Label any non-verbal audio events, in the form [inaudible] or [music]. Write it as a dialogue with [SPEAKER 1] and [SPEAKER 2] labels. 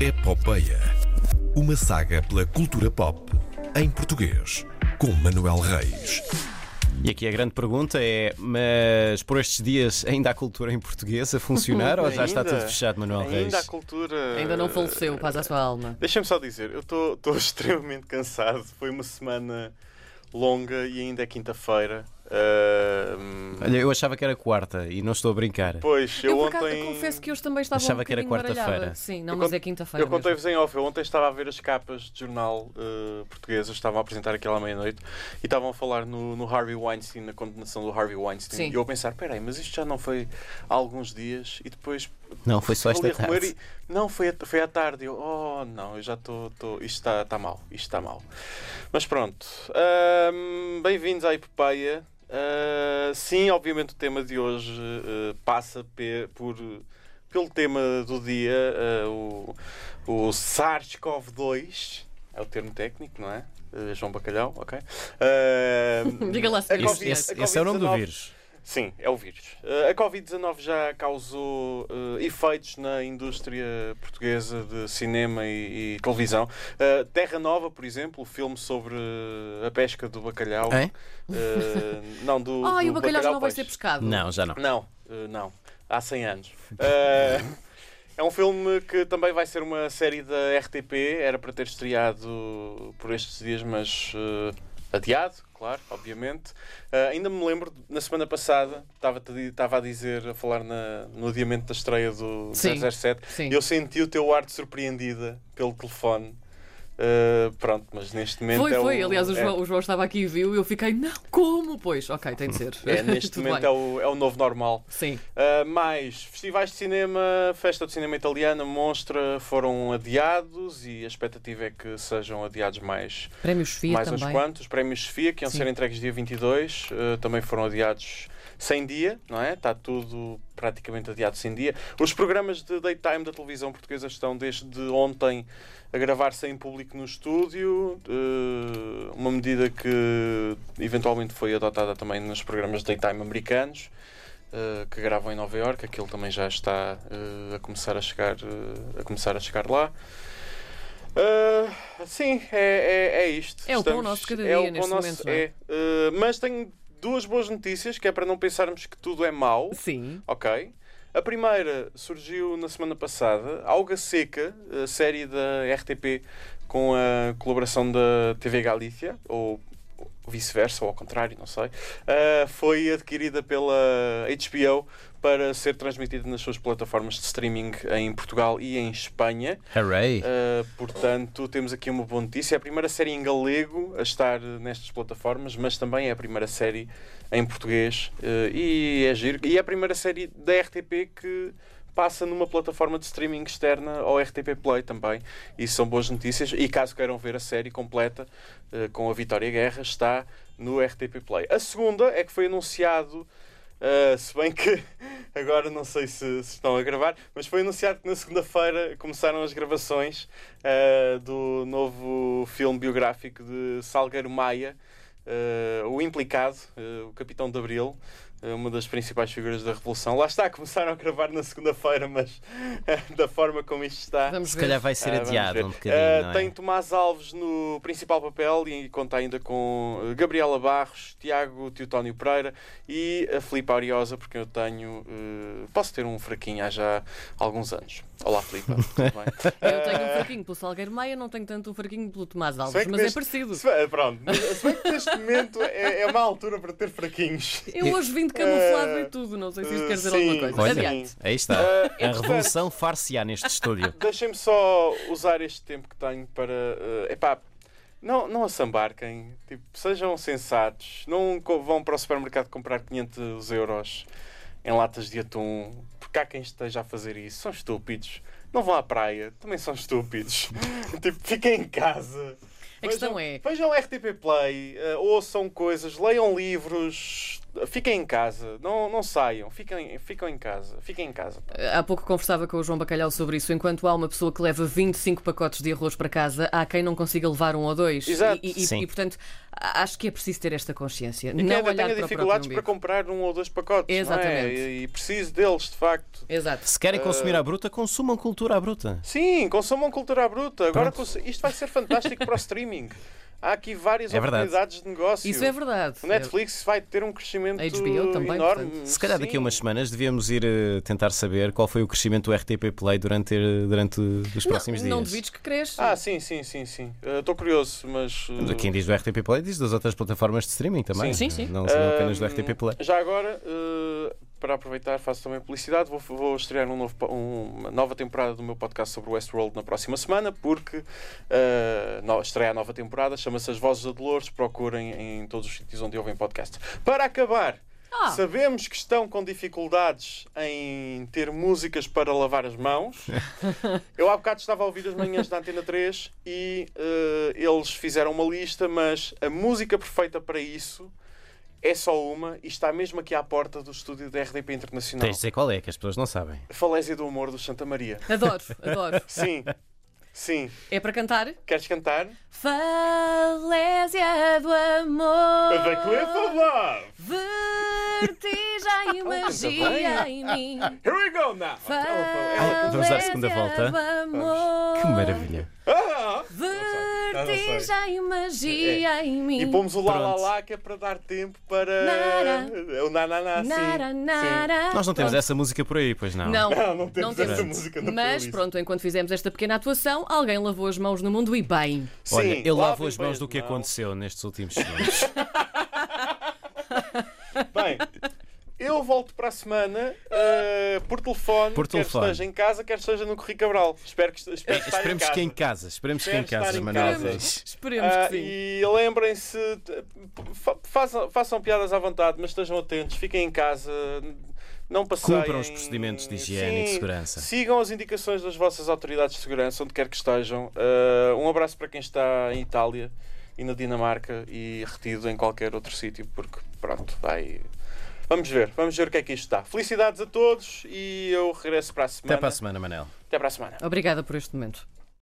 [SPEAKER 1] Epopeia. Uma saga pela cultura pop em português, com Manuel Reis.
[SPEAKER 2] E aqui a grande pergunta é: mas por estes dias ainda há cultura em português a
[SPEAKER 3] [laughs]
[SPEAKER 2] funcionar ou já está
[SPEAKER 3] Ainda?
[SPEAKER 2] tudo fechado, Manuel Reis?
[SPEAKER 3] Ainda a cultura.
[SPEAKER 4] Ainda não faleceu, paz à sua alma.
[SPEAKER 3] Deixa-me só dizer, eu estou [laughs] extremamente cansado. Foi uma semana longa e ainda é quinta-feira. Ahm,
[SPEAKER 2] Olha, eu achava que era quarta e não estou a brincar.
[SPEAKER 3] pois, eu,
[SPEAKER 4] por acaso
[SPEAKER 3] ontem.
[SPEAKER 4] confesso que hoje também estava
[SPEAKER 2] Achava
[SPEAKER 4] um
[SPEAKER 2] que era
[SPEAKER 4] bocadinho
[SPEAKER 2] quarta-feira.
[SPEAKER 4] baralhada. Sim, não,
[SPEAKER 3] Eu
[SPEAKER 4] mas
[SPEAKER 3] con-
[SPEAKER 4] é quinta-feira.
[SPEAKER 3] Eu
[SPEAKER 4] mesmo.
[SPEAKER 3] contei-vos em off, eu ontem estava a ver as capas de jornal eh, portuguesas, estavam a apresentar aquilo à meia-noite e estavam a falar no, no Harvey Weinstein, na condenação do Harvey Weinstein.
[SPEAKER 4] Sim.
[SPEAKER 3] E eu a pensar, peraí, mas isto já não foi há alguns dias e depois.
[SPEAKER 2] Não, foi só
[SPEAKER 3] ali
[SPEAKER 2] esta
[SPEAKER 3] a remoer
[SPEAKER 2] tarde.
[SPEAKER 3] e- não, foi, a- foi à tarde. Eu, oh não, eu já estou. Isto está tá mal, isto está mal. Mas pronto. Ahm, Bem-vindos à Epopeia. Ah, sim, obviamente o tema de hoje eh, passa pe- por, pelo tema do dia, ah, o, o SARS-CoV-2, é o termo técnico, não é? Eh, João Bacalhau,
[SPEAKER 4] [laughs]
[SPEAKER 3] ok. Ahm,
[SPEAKER 4] Diga lá se
[SPEAKER 3] a
[SPEAKER 4] diz.
[SPEAKER 2] Esse,
[SPEAKER 3] Covid-
[SPEAKER 2] esse-
[SPEAKER 3] a
[SPEAKER 2] esse é o nome do
[SPEAKER 3] Covid-19
[SPEAKER 2] vírus.
[SPEAKER 3] Sim, é o vírus. Eh, A Covid-19 já causou eh, efeitos na indústria portuguesa de cinema e, e televisão. Eh, Terra Nova, por exemplo, o filme sobre eh, a pesca do bacalhau.
[SPEAKER 2] É?
[SPEAKER 3] Eh, não, do.
[SPEAKER 4] Ah, e
[SPEAKER 3] do
[SPEAKER 4] o bacalhau já não vai
[SPEAKER 3] peixe.
[SPEAKER 4] ser pescado.
[SPEAKER 2] Não, já não.
[SPEAKER 3] Não, eh, não. Há 100 anos. Eh, é um filme que também vai ser uma série da RTP. Era para ter estreado por estes dias, mas eh, adiado, claro, obviamente. Eh, ainda me lembro, na semana passada, estava-te a di- estava a dizer, a falar na- no adiamento da estreia do
[SPEAKER 4] Sim,
[SPEAKER 3] 007.
[SPEAKER 4] sim.
[SPEAKER 3] Eu senti o teu ar de surpreendida pelo telefone. Eh, pronto, mas neste momento.
[SPEAKER 4] Foi,
[SPEAKER 3] é
[SPEAKER 4] foi.
[SPEAKER 3] o-
[SPEAKER 4] Aliás, o
[SPEAKER 3] é-
[SPEAKER 4] João, o João estava aqui e viu e eu fiquei, não, como? Pois, ok, tem de ser. [laughs]
[SPEAKER 3] é, neste
[SPEAKER 4] Tudo
[SPEAKER 3] momento
[SPEAKER 4] bem.
[SPEAKER 3] é o- é o novo normal.
[SPEAKER 4] Sim.
[SPEAKER 3] Uh, mais festivais de cinema, festa de cinema italiana, monstra foram adiados e a expectativa é que sejam adiados mais,
[SPEAKER 4] Prémios FIA
[SPEAKER 3] mais
[SPEAKER 4] também.
[SPEAKER 3] uns quantos. Prémios Sofia, que iam
[SPEAKER 4] Sim.
[SPEAKER 3] ser entregues dia 22, uh, também foram adiados sem dia, não é? Está tudo praticamente adiado sem dia. Os programas de daytime da televisão portuguesa estão desde ontem a gravar-se em público no estúdio, uh, uma medida que eventualmente foi adotada também nos programas de daytime americanos. uh, que gravam em Nova Iorque, aquilo também já está uh, a começar a chegar, uh, a começar a chegar lá. Uh, sim, é, é, é isto.
[SPEAKER 4] É o pão nosso de cada
[SPEAKER 3] é o pão
[SPEAKER 4] dia neste
[SPEAKER 3] nosso-
[SPEAKER 4] momento, não é?
[SPEAKER 3] é. Uh, mas tenho duas boas notícias, que é para não pensarmos que tudo é mau.
[SPEAKER 4] Sim.
[SPEAKER 3] Ok. A primeira surgiu na semana passada, Alga Seca, a série da RTP com a colaboração da TV Galícia, ou vice-versa, ou ao contrário, não sei, ah, foi adquirida pela HBO para ser transmitida nas suas plataformas de streaming em Portugal e em Espanha.
[SPEAKER 2] Hooray!
[SPEAKER 3] Uh, portanto, temos aqui uma boa notícia. É a primeira série em galego a estar uh, nestas plataformas, mas também é a primeira série em português uh, e é giro. E é a primeira série da RTP que passa numa plataforma de streaming externa ao RTP Play também. Isso são boas notícias. E caso queiram ver a série completa uh, com a Vitória Guerra, está no RTP Play. A segunda é que foi anunciado. Uh, se bem que [laughs] agora não sei se, se estão a gravar, mas foi anunciado que na segunda-feira começaram as gravações uh, do novo filme biográfico de Salgueiro Maia, uh, o implicado, uh, o Capitão de Abril, uh, uma das principais figuras da Revolução. Lá está, começaram a gravar na segunda-feira, mas [laughs] da forma como isto está.
[SPEAKER 4] Vamos
[SPEAKER 2] Se
[SPEAKER 4] ver.
[SPEAKER 2] calhar vai ser
[SPEAKER 3] Ah, vamos
[SPEAKER 2] adiado
[SPEAKER 3] ver.
[SPEAKER 2] um bocadinho.
[SPEAKER 3] Ah,
[SPEAKER 2] não é?
[SPEAKER 3] Tem Tomás Alves no principal papel e conta ainda com eh, Gabriela Barros, Tiago Teutónio Pereira e a Filipe Ariosa, porque eu tenho. eh, posso ter um fraquinho há já alguns anos. Olá, Filipe. [laughs] Tudo bem? Ah,
[SPEAKER 4] Eu tenho um fraquinho pelo Salgueiro Maia, não tenho tanto um fraquinho pelo Tomás
[SPEAKER 3] Se bem
[SPEAKER 4] Alves,
[SPEAKER 3] que
[SPEAKER 4] mas é
[SPEAKER 3] neste-
[SPEAKER 4] parecido.
[SPEAKER 3] Se bem, pronto, mas se bem que neste momento é, é uma altura para ter fraquinhos.
[SPEAKER 4] Eu hoje vim de camuflado
[SPEAKER 3] Eh,
[SPEAKER 4] e tudo, não sei se isto quer dizer
[SPEAKER 3] Ah, sim,
[SPEAKER 4] alguma coisa.
[SPEAKER 2] Olha.
[SPEAKER 4] Adiante.
[SPEAKER 2] Aí está.
[SPEAKER 3] Ah,
[SPEAKER 2] Tá. a
[SPEAKER 3] entretanto-
[SPEAKER 2] revolução far-se-á neste estúdio.
[SPEAKER 3] Deixem-me só usar este tempo que tenho para. eh, epá, não, não assambarquem. Tipo, sejam sensatos. Não co- vão para o supermercado comprar 500 euros em latas de atum. Porque há quem esteja a fazer isso. São estúpidos. Não vão à praia. Também são estúpidos. [laughs] tipo, fiquem em casa.
[SPEAKER 4] A questão
[SPEAKER 3] Vejam-
[SPEAKER 4] é-
[SPEAKER 3] Vejam RTP Play, eh, ouçam coisas, leiam livros, Fiquem em casa, não, não saiam, fiquem, ficam em casa, fiquem em casa.
[SPEAKER 4] Há pouco conversava com o João Bacalhau sobre isso. Enquanto há uma pessoa que leva 25 pacotes de arroz para casa, há quem não consiga levar um ou dois.
[SPEAKER 3] Exato.
[SPEAKER 4] E, e- e-
[SPEAKER 2] Sim.
[SPEAKER 4] e, portanto, acho que é preciso ter esta consciência.
[SPEAKER 3] E
[SPEAKER 4] não
[SPEAKER 3] quem ainda
[SPEAKER 4] olhar
[SPEAKER 3] tenha
[SPEAKER 4] para o
[SPEAKER 3] dificuldades para
[SPEAKER 4] próprio umbigo.
[SPEAKER 3] comprar um ou dois pacotes, não é?
[SPEAKER 4] Exatamente.
[SPEAKER 3] E, e preciso deles, de facto.
[SPEAKER 4] Exato.
[SPEAKER 2] Se querem
[SPEAKER 3] Eh,
[SPEAKER 2] consumir à bruta, consumam cultura à bruta.
[SPEAKER 3] Sim, consumam cultura à bruta. Agora cons- isto vai ser fantástico para o streaming. Há aqui várias
[SPEAKER 2] É verdade.
[SPEAKER 3] oportunidades de negócio.
[SPEAKER 4] Isso é verdade.
[SPEAKER 3] O Netflix vai ter um crescimento
[SPEAKER 4] HBO também,
[SPEAKER 3] enorme.
[SPEAKER 4] portanto.
[SPEAKER 2] Se calhar daqui a
[SPEAKER 3] Sim.
[SPEAKER 2] umas semanas devíamos ir eh, tentar saber qual foi o crescimento do RTP Play durante, eh, durante os
[SPEAKER 4] Não,
[SPEAKER 2] próximos
[SPEAKER 4] não
[SPEAKER 2] dias.
[SPEAKER 4] duvides que cresce.
[SPEAKER 3] Ah, sim, sim, sim, sim. Estou curioso, mas. uh,
[SPEAKER 2] Quem diz do RTP Play diz das outras plataformas de streaming também.
[SPEAKER 4] Sim, sim, sim.
[SPEAKER 2] Não,
[SPEAKER 3] Ah,
[SPEAKER 2] não apenas do
[SPEAKER 3] Ahm,
[SPEAKER 2] RTP Play.
[SPEAKER 3] Já agora, eh, para aproveitar, faço também publicidade. Vou, vou estrear um novo po- uma nova temporada do meu podcast sobre Westworld na próxima semana, porque eh, no- estreia a nova temporada, chama-se As Vozes da Dolores. Procurem em todos os sítios onde ouvem podcast. Para acabar.
[SPEAKER 4] Ah.
[SPEAKER 3] Sabemos que estão com dificuldades em ter músicas para lavar as mãos. Eu há bocado estava a ouvir as manhãs da Antena 3 e eh, eles fizeram uma lista, mas a música perfeita para isso é só uma e está mesmo aqui à porta do estúdio da RDP Internacional.
[SPEAKER 2] Tens de dizer qual é, que as pessoas não sabem.
[SPEAKER 3] Falésia do Humor do Santa Maria. [laughs]
[SPEAKER 4] Adoro, adoro.
[SPEAKER 2] [laughs]
[SPEAKER 3] Sim, sim.
[SPEAKER 4] É para cantar?
[SPEAKER 3] Queres cantar?
[SPEAKER 4] Falésia do amor.
[SPEAKER 3] The Cliff of Love! [laughs]
[SPEAKER 4] Vertigem e magia em mim.
[SPEAKER 3] Here we go now! Então,
[SPEAKER 2] Ai, vamos dar a segunda volta?
[SPEAKER 4] Falésia do amor.
[SPEAKER 2] Que maravilha.
[SPEAKER 3] Ah!
[SPEAKER 4] Vertigem e magia em mim.
[SPEAKER 3] É, E pomos o lá lá
[SPEAKER 2] Pronto.
[SPEAKER 3] lá que é para dar tempo para.
[SPEAKER 4] Nara.
[SPEAKER 3] O nananá, sim.
[SPEAKER 4] Nara,
[SPEAKER 3] assim, Sim. Ah,
[SPEAKER 4] nara.
[SPEAKER 2] Nós não temos
[SPEAKER 4] Pronto.
[SPEAKER 2] essa música por aí, pois não?
[SPEAKER 4] Não,
[SPEAKER 3] Não, não temos essa música na
[SPEAKER 4] Mas
[SPEAKER 3] playlist.
[SPEAKER 4] pronto, enquanto fizemos esta pequena atuação, alguém lavou as mãos no mundo e bem.
[SPEAKER 2] Olha,
[SPEAKER 3] Sim,
[SPEAKER 2] eu lavo
[SPEAKER 3] lavem
[SPEAKER 2] as
[SPEAKER 3] bem
[SPEAKER 2] mãos do que aconteceu nestes
[SPEAKER 3] [laughs]
[SPEAKER 2] últimos segundos.
[SPEAKER 3] Bem, eu volto para a semana eh, por telefone,
[SPEAKER 2] Por
[SPEAKER 3] quer
[SPEAKER 2] telefone.
[SPEAKER 3] esteja em casa, quer esteja no Correio Cabral. Espero que, espero que
[SPEAKER 2] Eh,
[SPEAKER 3] esteja em
[SPEAKER 2] Esperemos
[SPEAKER 3] casa.
[SPEAKER 2] que em casa, esperemos que em
[SPEAKER 3] Espero
[SPEAKER 2] casa,
[SPEAKER 3] estar em
[SPEAKER 2] Manuel
[SPEAKER 3] casa.
[SPEAKER 2] Reis.
[SPEAKER 4] Esperemos
[SPEAKER 3] Ah,
[SPEAKER 4] que sim.
[SPEAKER 3] e lembrem-se, de- fa- façam, façam piadas à vontade, mas estejam atentos, fiquem em casa, não passeiem.
[SPEAKER 2] Cumpram os procedimentos de higiene e de
[SPEAKER 3] Sim,
[SPEAKER 2] segurança.
[SPEAKER 3] Sigam as indicações das vossas autoridades de segurança, onde quer que estejam. Ah, um abraço para quem está em Itália e na Dinamarca e retido em qualquer outro sítio, porque pronto, vai. Vamos ver, vamos ver o que é que isto está. Felicidades a todos e eu regresso para a semana.
[SPEAKER 2] Até para a semana, Manel.
[SPEAKER 3] Até para a semana.
[SPEAKER 4] Obrigada por este momento.